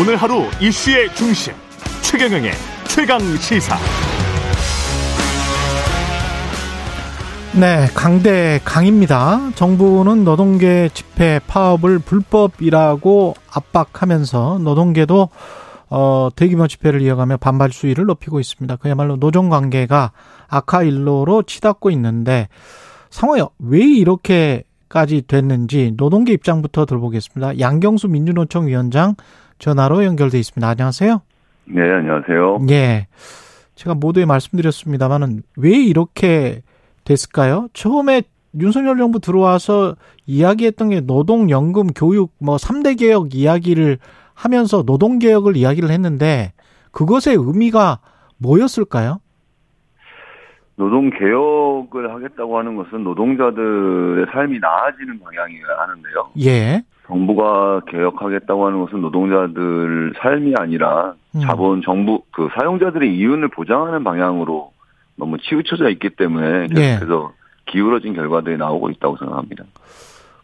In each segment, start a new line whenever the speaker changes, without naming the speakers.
오늘 하루 이슈의 중심 최경영의 최강 시사.
네, 강대 강입니다. 정부는 노동계 집회 파업을 불법이라고 압박하면서 노동계도 어, 대규모 집회를 이어가며 반발 수위를 높이고 있습니다. 그야말로 노정 관계가 악화 일로로 치닫고 있는데 상황이 왜 이렇게까지 됐는지 노동계 입장부터 들어보겠습니다. 양경수 민주노총 위원장 전화로 연결돼 있습니다. 안녕하세요.
네, 안녕하세요.
예. 제가 모두에 말씀드렸습니다만은 왜 이렇게 됐을까요? 처음에 윤석열 정부 들어와서 이야기했던 게 노동연금, 교육, 뭐 3대 개혁 이야기를 하면서 노동개혁을 이야기를 했는데 그것의 의미가 뭐였을까요?
노동 개혁을 하겠다고 하는 것은 노동자들의 삶이 나아지는 방향이어야 하는데요.
예.
정부가 개혁하겠다고 하는 것은 노동자들 삶이 아니라
음.
자본 정부 그 사용자들의 이윤을 보장하는 방향으로 너무 치우쳐져 있기 때문에
네.
계속해서 기울어진 결과들이 나오고 있다고 생각합니다.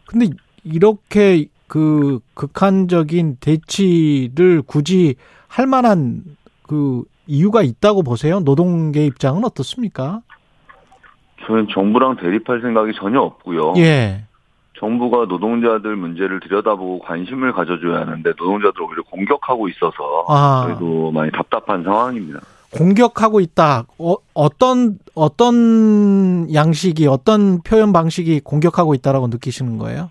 근데 이렇게 그 극한적인 대치를 굳이 할 만한 그 이유가 있다고 보세요? 노동계 입장은 어떻습니까?
저는 정부랑 대립할 생각이 전혀 없고요.
예.
정부가 노동자들 문제를 들여다보고 관심을 가져줘야 하는데 노동자들 오히려 공격하고 있어서
아.
저희도 많이 답답한 상황입니다.
공격하고 있다. 어, 어떤 어떤 양식이 어떤 표현 방식이 공격하고 있다라고 느끼시는 거예요?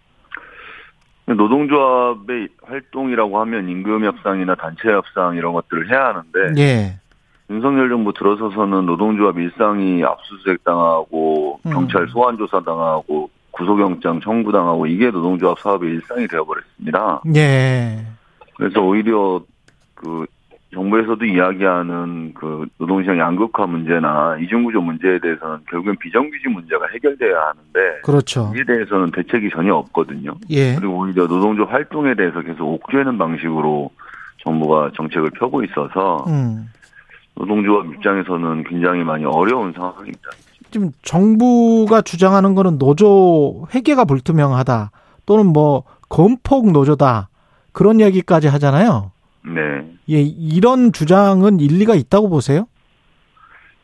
노동조합의 활동이라고 하면 임금 협상이나 단체 협상 이런 것들을 해야 하는데
예.
윤석열 정부 들어서서는 노동조합 일상이 압수수색 당하고
음.
경찰 소환 조사 당하고 구속영장 청구 당하고 이게 노동조합 사업의 일상이 되어버렸습니다.
예.
그래서 오히려 그 정부에서도 이야기하는 그 노동시장 양극화 문제나 이중구조 문제에 대해서는 결국엔 비정규직 문제가 해결돼야 하는데
그렇죠.
이에 대해서는 대책이 전혀 없거든요.
예.
그리고 오히려 노동조 활동에 대해서 계속 옥죄는 방식으로 정부가 정책을 펴고 있어서
음.
노동조합 입장에서는 굉장히 많이 어려운 상황입니다.
지금 정부가 주장하는 거는 노조 회계가 불투명하다 또는 뭐 건폭 노조다 그런 이야기까지 하잖아요.
네.
예, 이런 주장은 일리가 있다고 보세요?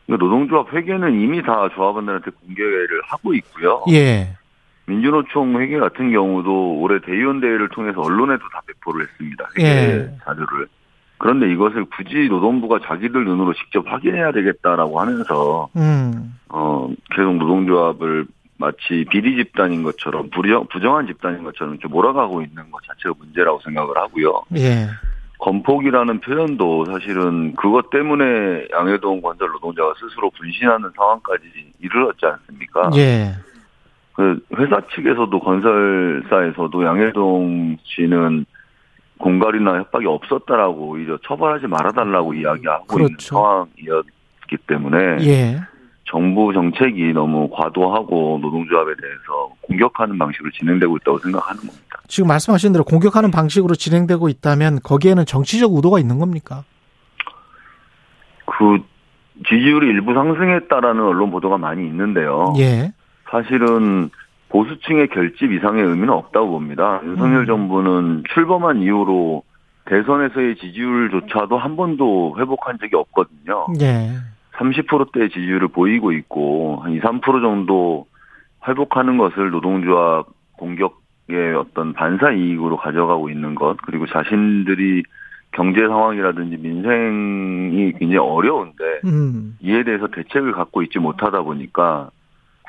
그러니까 노동조합 회계는 이미 다 조합원들한테 공개를 하고 있고요.
예.
민주노총 회계 같은 경우도 올해 대의원 대회를 통해서 언론에도 다 배포를 했습니다. 회계
예.
자료를. 그런데 이것을 굳이 노동부가 자기들 눈으로 직접 확인해야 되겠다라고 하면서
음.
어, 계속 노동조합을 마치 비리 집단인 것처럼 부정, 부정한 집단인 것처럼 이렇게 몰아가고 있는 것 자체가 문제라고 생각을 하고요.
예.
건폭이라는 표현도 사실은 그것 때문에 양해동 관절 노동자가 스스로 분신하는 상황까지 이르렀지 않습니까?
예.
그 회사 측에서도 건설사에서도 양해동 씨는 공갈이나 협박이 없었다라고 오히려 처벌하지 말아달라고 이야기하고 있는
그렇죠.
상황이었기 때문에
예.
정부 정책이 너무 과도하고 노동조합에 대해서 공격하는 방식으로 진행되고 있다고 생각하는 겁니다.
지금 말씀하신 대로 공격하는 방식으로 진행되고 있다면 거기에는 정치적 의도가 있는 겁니까?
그 지지율이 일부 상승했다라는 언론 보도가 많이 있는데요.
예.
사실은 보수층의 결집 이상의 의미는 없다고 봅니다. 윤석열
음.
정부는 출범한 이후로 대선에서의 지지율조차도 한 번도 회복한 적이 없거든요.
예.
30%대의 지지율을 보이고 있고 한 2, 3% 정도 회복하는 것을 노동조합 공격의 어떤 반사 이익으로 가져가고 있는 것 그리고 자신들이 경제 상황이라든지 민생이 굉장히 어려운데
음.
이에 대해서 대책을 갖고 있지 못하다 보니까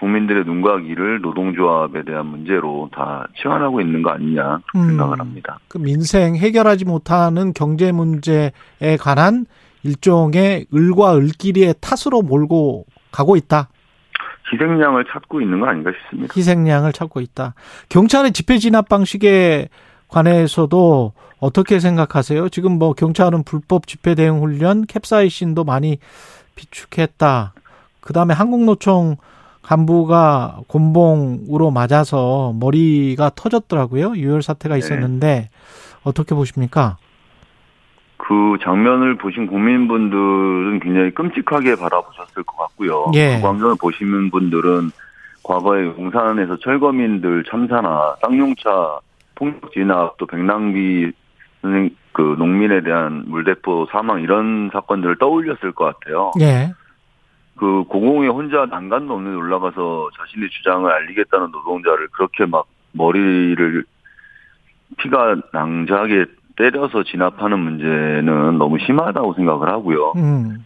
국민들의 눈과 귀를 노동조합에 대한 문제로 다 치환하고 있는 거 아니냐
음.
생각을 합니다.
그 민생 해결하지 못하는 경제 문제에 관한 일종의 을과 을끼리의 탓으로 몰고 가고 있다.
희생양을 찾고 있는 거 아닌가 싶습니다.
희생양을 찾고 있다. 경찰의 집회 진압 방식에 관해서도 어떻게 생각하세요? 지금 뭐 경찰은 불법 집회 대응 훈련, 캡사이신도 많이 비축했다. 그 다음에 한국노총 간부가 곤봉으로 맞아서 머리가 터졌더라고요. 유혈 사태가 있었는데 어떻게 보십니까?
그 장면을 보신 국민분들은 굉장히 끔찍하게 바라보셨을 것 같고요.
예.
그 광경을 보시는 분들은 과거에 용산에서 철거민들 참사나 쌍용차 폭력 진압 또 백남기 선생 그 농민에 대한 물대포 사망 이런 사건들을 떠올렸을 것 같아요.
예.
그 고공에 혼자 난간도 없는 데 올라가서 자신의 주장을 알리겠다는 노동자를 그렇게 막 머리를 피가 낭자하게 때려서 진압하는 문제는 너무 심하다고 생각을 하고요.
음.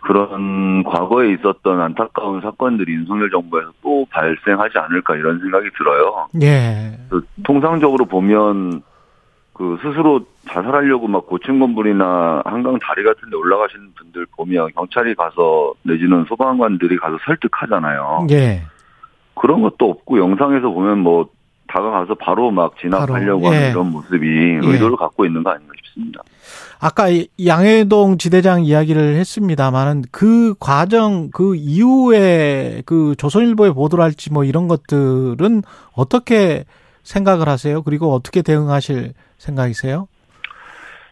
그런 과거에 있었던 안타까운 사건들이 윤석열 정부에서 또 발생하지 않을까 이런 생각이 들어요.
예.
그 통상적으로 보면 그 스스로 자살하려고 막 고층 건물이나 한강 다리 같은 데 올라가시는 분들 보면 경찰이 가서 내지는 소방관들이 가서 설득하잖아요.
예.
그런 것도 없고 영상에서 보면 뭐 다가가서 바로 막 진압하려고
바로, 예.
하는 이런 모습이 의도를 갖고 있는 거 아닌가 싶습니다.
아까 이 양해동 지대장 이야기를 했습니다만은 그 과정 그 이후에 그 조선일보의 보도랄지 뭐 이런 것들은 어떻게 생각을 하세요? 그리고 어떻게 대응하실 생각이세요?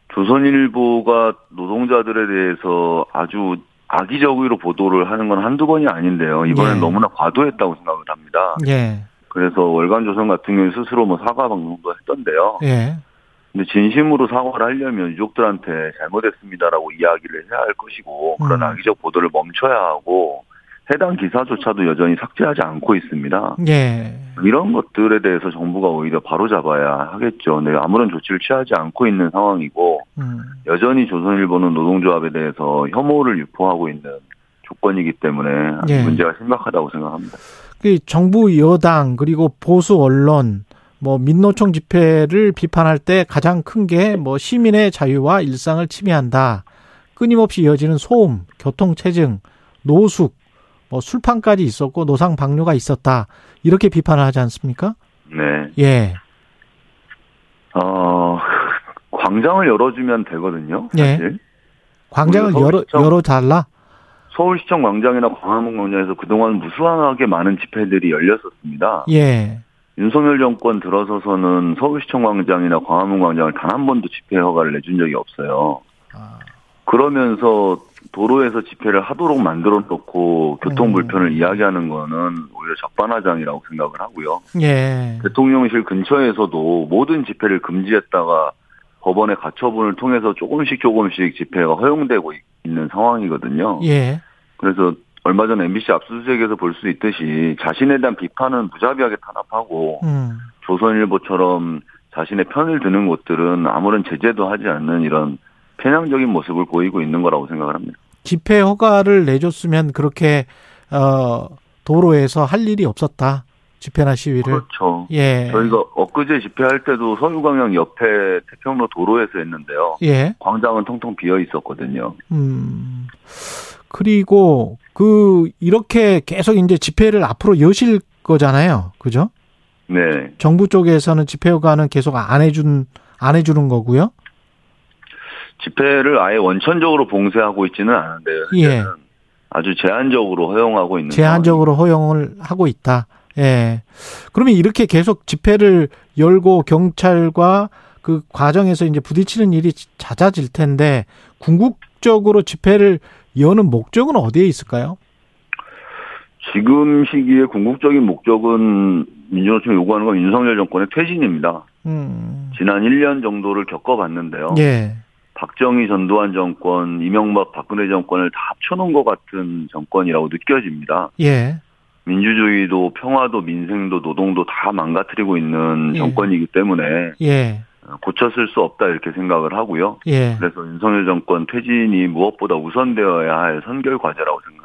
조선일보가 노동자들에 대해서 아주 악의적으로 보도를 하는 건 한두 번이 아닌데요. 이번엔
예.
너무나 과도했다고 생각을 합니다.
예.
그래서 월간조선 같은 경우에 스스로 뭐 사과 방송도 했던데요.
예.
근데 진심으로 사과를 하려면 유족들한테 잘못했습니다라고 이야기를 해야 할 것이고 그런
음.
악의적 보도를 멈춰야 하고 해당 기사조차도 여전히 삭제하지 않고 있습니다.
예.
이런 것들에 대해서 정부가 오히려 바로잡아야 하겠죠. 근데 아무런 조치를 취하지 않고 있는 상황이고
음.
여전히 조선일보는 노동조합에 대해서 혐오를 유포하고 있는 조건이기 때문에
예.
문제가 심각하다고 생각합니다.
그 정부 여당 그리고 보수 언론 뭐 민노총 집회를 비판할 때 가장 큰 게 뭐 시민의 자유와 일상을 침해한다. 끊임없이 이어지는 소음, 교통 체증, 노숙, 뭐 술판까지 있었고 노상 방뇨가 있었다. 이렇게 비판을 하지 않습니까?
네.
예.
어, 광장을 열어주면 되거든요.
예.
사실.
광장을
오히려
열어
서울시청-
열어 달라.
서울시청 광장이나 광화문 광장에서 그동안 무수하게 많은 집회들이 열렸었습니다.
예.
윤석열 정권 들어서서는 서울시청 광장이나 광화문 광장을 단 한 번도 집회 허가를 내준 적이 없어요.
아,
그러면서 도로에서 집회를 하도록 만들어 놓고
음.
교통 불편을 이야기하는 거는 오히려 적반하장이라고 생각을 하고요.
예.
그- 대통령실 근처에서도 모든 집회를 금지했다가 법원의 가처분을 통해서 조금씩 조금씩 집회가 허용되고 있는 상황이거든요.
예.
그래서 얼마 전 MBC 압수수색에서 볼 수 있듯이 자신에 대한 비판은 무자비하게 탄압하고
음.
조선일보처럼 자신의 편을 드는 곳들은 아무런 제재도 하지 않는 이런 편향적인 모습을 보이고 있는 거라고 생각을 합니다.
집회 허가를 내줬으면 그렇게 어 도로에서 할 일이 없었다. 집회나 시위를.
그렇죠.
예.
저희가 엊그제 집회할 때도 서울광역 옆에 태평로 도로에서 했는데요.
예.
광장은 통통 비어 있었거든요.
음. 그리고 그 이렇게 계속 이제 집회를 앞으로 여실 거잖아요. 그죠?
네.
정부 쪽에서는 집회 허가는 계속 안 해준 안 해주는 거고요.
집회를 아예 원천적으로 봉쇄하고 있지는 않은데요.
예.
아주 제한적으로 허용하고 있는
제한적으로 허용을 하고 있다. 예. 그러면 이렇게 계속 집회를 열고 경찰과 그 과정에서 이제 부딪히는 일이 잦아질 텐데 궁극적으로 집회를 여는 목적은 어디에 있을까요?
지금 시기에 궁극적인 목적은 민주노총 요구하는 건 윤석열 정권의 퇴진입니다.
음.
지난 1년 정도를 겪어봤는데요.
예.
박정희 전두환 정권, 이명박 박근혜 정권을 다 합쳐놓은 것 같은 정권이라고 느껴집니다.
예.
민주주의도 평화도 민생도 노동도 다 망가뜨리고 있는
예.
정권이기 때문에
예.
고쳤을 수 없다 이렇게 생각을 하고요.
예.
그래서 윤석열 정권 퇴진이 무엇보다 우선되어야 할 선결 과제라고 생각합니다.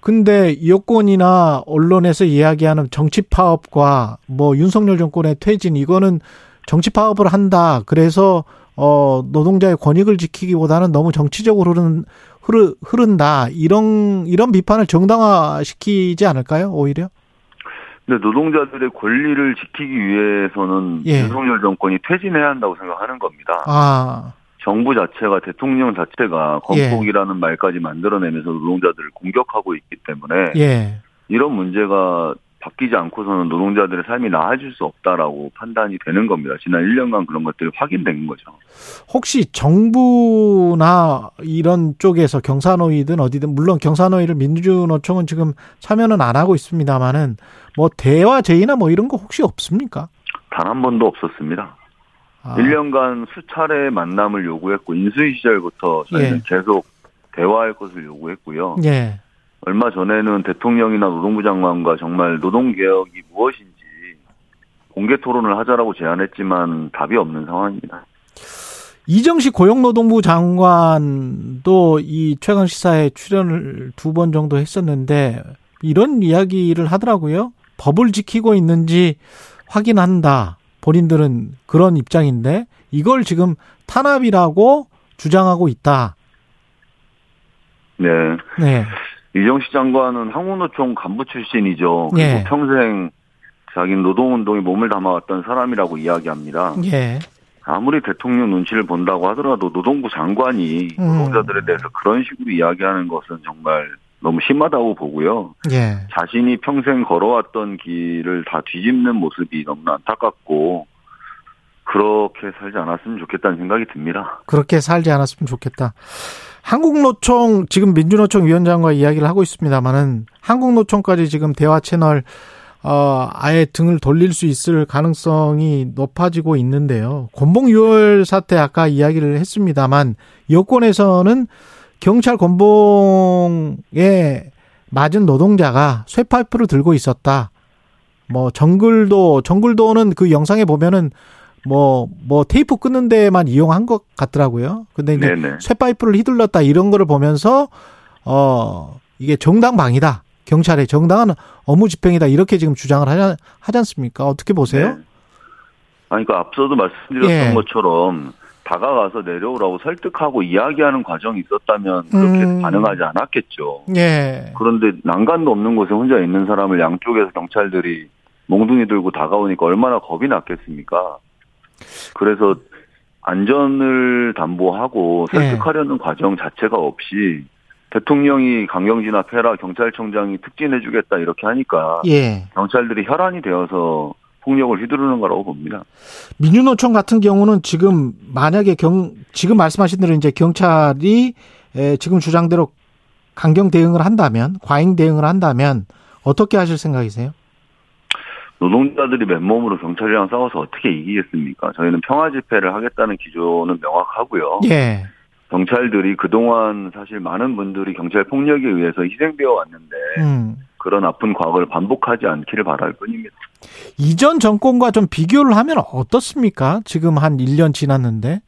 근데 여권이나 언론에서 이야기하는 정치 파업과 뭐 윤석열 정권의 퇴진 이거는 정치 파업을 한다. 그래서 어 노동자의 권익을 지키기보다는 너무 정치적으로 흐른 흐르, 흐른다. 이런 이런 비판을 정당화시키지 않을까요? 오히려?
근데 노동자들의 권리를 지키기 위해서는
예.
윤석열 정권이 퇴진해야 한다고 생각하는 겁니다.
아.
정부 자체가 대통령 자체가
예.
건폭이라는 말까지 만들어내면서 노동자들을 공격하고 있기 때문에
예.
이런 문제가 바뀌지 않고서는 노동자들의 삶이 나아질 수 없다라고 판단이 되는 겁니다. 지난 1년간 그런 것들이 확인된 거죠.
혹시 정부나 이런 쪽에서 경사노위든 어디든 물론 경사노위를 민주노총은 지금 참여는 안 하고 있습니다만은 뭐 대화 제의나 뭐 이런 거 혹시 없습니까?
단 한 번도 없었습니다.
아,
1년간 수차례 만남을 요구했고 인수위 시절부터 저희는
예.
계속 대화할 것을 요구했고요.
예.
얼마 전에는 대통령이나 노동부 장관과 정말 노동 개혁이 무엇인지 공개 토론을 하자라고 제안했지만 답이 없는 상황입니다.
이정식 고용노동부 장관도 이 최강 시사에 출연을 두 번 정도 했었는데 이런 이야기를 하더라고요. 법을 지키고 있는지 확인한다. 본인들은 그런 입장인데 이걸 지금 탄압이라고 주장하고 있다.
네.
네.
이정식 장관은 항우노총 간부 출신이죠. 그리고
예.
평생 자기 노동운동에 몸을 담아왔던 사람이라고 이야기합니다.
예.
아무리 대통령 눈치를 본다고 하더라도 노동부 장관이
음.
노동자들에 대해서 그런 식으로 이야기하는 것은 정말 너무 심하다고 보고요.
예.
자신이 평생 걸어왔던 길을 다 뒤집는 모습이 너무 나 안타깝고 그렇게 살지 않았으면 좋겠다는 생각이 듭니다.
그렇게 살지 않았으면 좋겠다. 한국노총 지금 민주노총 위원장과 이야기를 하고 있습니다만은 한국노총까지 지금 대화 채널 어 아예 등을 돌릴 수 있을 가능성이 높아지고 있는데요. 곤봉 6월 사태 아까 이야기를 했습니다만 여권에서는 경찰 곤봉에 맞은 노동자가 쇠파이프를 들고 있었다. 뭐 정글도 정글도는 그 영상에 보면은 뭐 뭐 테이프 끊는 데만 이용한 것 같더라고요. 근데 이제
네네.
쇠파이프를 휘둘렀다 이런 거를 보면서 어 이게 정당방위다. 경찰의 정당한 업무 집행이다 이렇게 지금 주장을 하지, 하지 않습니까? 어떻게 보세요?
네. 아니, 그러니까 앞서도 말씀드렸던
예.
것처럼 다가가서 내려오라고 설득하고 이야기하는 과정이 있었다면 그렇게
음.
반응하지 않았겠죠.
예.
그런데 난간도 없는 곳에 혼자 있는 사람을 양쪽에서 경찰들이 몽둥이 들고 다가오니까 얼마나 겁이 났겠습니까? 그래서 안전을 담보하고
예.
설득하려는 과정 자체가 없이 대통령이 강경진 앞에 해라 경찰청장이 특진해주겠다 이렇게 하니까
예.
경찰들이 혈안이 되어서 폭력을 휘두르는 거라고 봅니다.
민주노총 같은 경우는 지금 만약에 경 지금 말씀하신 대로 이제 경찰이 에, 지금 주장대로 강경 대응을 한다면 과잉 대응을 한다면 어떻게 하실 생각이세요?
노동자들이 맨몸으로 경찰이랑 싸워서 어떻게 이기겠습니까? 저희는 평화 집회를 하겠다는 기조는 명확하고요.
예.
경찰들이 그동안 사실 많은 분들이 경찰 폭력에 의해서 희생되어 왔는데
음.
그런 아픈 과거를 반복하지 않기를 바랄 뿐입니다.
이전 정권과 좀 비교를 하면 어떻습니까? 지금 한 1년 지났는데.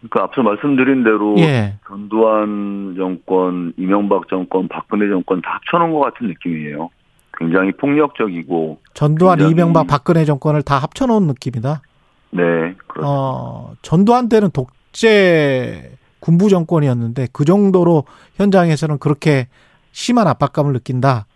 그러니까 앞서 말씀드린 대로
예.
전두환 정권, 이명박 정권, 박근혜 정권 다 합쳐놓은 것 같은 느낌이에요. 굉장히 폭력적이고
전두환,
굉장히-
이명박, 박근혜 정권을 다 합쳐놓은 느낌이다.
네 그렇죠.
어, 전두환 때는 독재 군부 정권이었는데 그 정도로 현장에서는 그렇게 심한 압박감을 느낀다.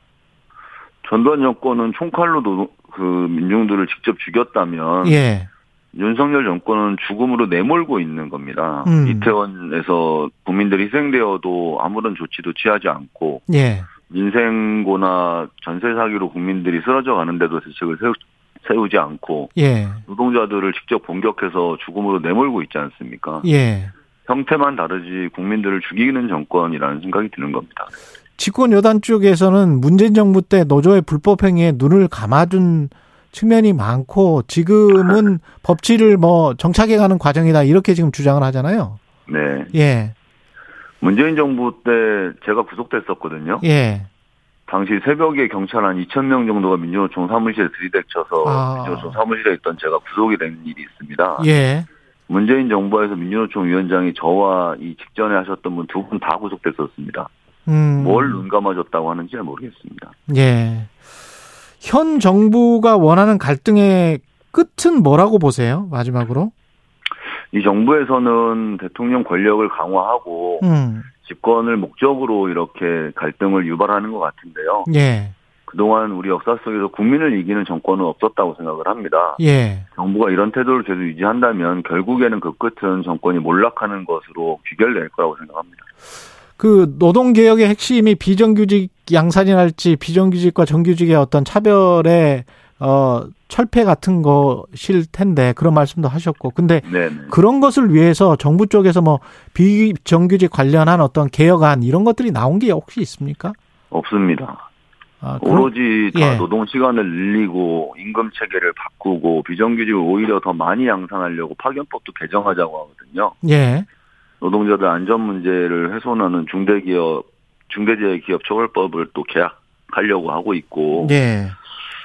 전두환 정권은 총칼로 노, 그 민중들을 직접 죽였다면
예.
윤석열 정권은 죽음으로 내몰고 있는 겁니다.
음.
이태원에서 국민들이 희생되어도 아무런 조치도 취하지 않고
예.
민생고나 전세 사기로 국민들이 쓰러져 가는데도 대책을 세우, 세우지 않고
예.
노동자들을 직접 공격해서 죽음으로 내몰고 있지 않습니까?
예.
형태만 다르지 국민들을 죽이는 정권이라는 생각이 드는 겁니다.
집권 여당 쪽에서는 문재인 정부 때 노조의 불법 행위에 눈을 감아준 측면이 많고 지금은 법치를 뭐 정착해 가는 과정이다 이렇게 지금 주장을 하잖아요.
네.
예.
문재인 정부 때 제가 구속됐었거든요.
예.
당시 새벽에 경찰 한 2천 명 정도가 민주노총 사무실에 들이닥쳐서
아.
민주노총 사무실에 있던 제가 구속이 된 일이 있습니다.
예.
문재인 정부에서 민주노총 위원장이 저와 이 직전에 하셨던 분 두 분 다 구속됐었습니다.
음.
뭘 눈감아줬다고 하는지 잘 모르겠습니다.
예. 현 정부가 원하는 갈등의 끝은 뭐라고 보세요? 마지막으로.
이 정부에서는 대통령 권력을 강화하고
음.
집권을 목적으로 이렇게 갈등을 유발하는 것 같은데요.
예.
그동안 우리 역사 속에서 국민을 이기는 정권은 없었다고 생각을 합니다.
예.
정부가 이런 태도를 계속 유지한다면 결국에는 그 끝은 정권이 몰락하는 것으로 귀결될 거라고 생각합니다.
그 노동 개혁의 핵심이 비정규직 양산이랄지 비정규직과 정규직의 어떤 차별의 어 철폐 같은 것일 텐데 그런 말씀도 하셨고 근데
네.
그런 것을 위해서 정부 쪽에서 뭐 비정규직 관련한 어떤 개혁안 이런 것들이 나온 게 혹시 있습니까?
없습니다.
아, 그런-
오로지 다
예.
노동 시간을 늘리고 임금 체계를 바꾸고 비정규직을 오히려 더 많이 양산하려고 파견법도 개정하자고 하거든요.
예.
노동자들 안전 문제를 훼손하는 중대기업 중대재해 기업 처벌법을 또 계약하려고 하고 있고
예.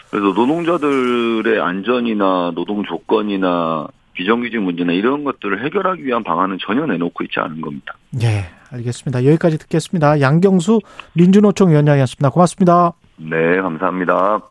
그래서 노동자들의 안전이나 노동 조건이나 비정규직 문제나 이런 것들을 해결하기 위한 방안은 전혀 내놓고 있지 않은 겁니다.
예. 알겠습니다. 여기까지 듣겠습니다. 양경수 민주노총 위원장이었습니다. 고맙습니다.
네, 감사합니다.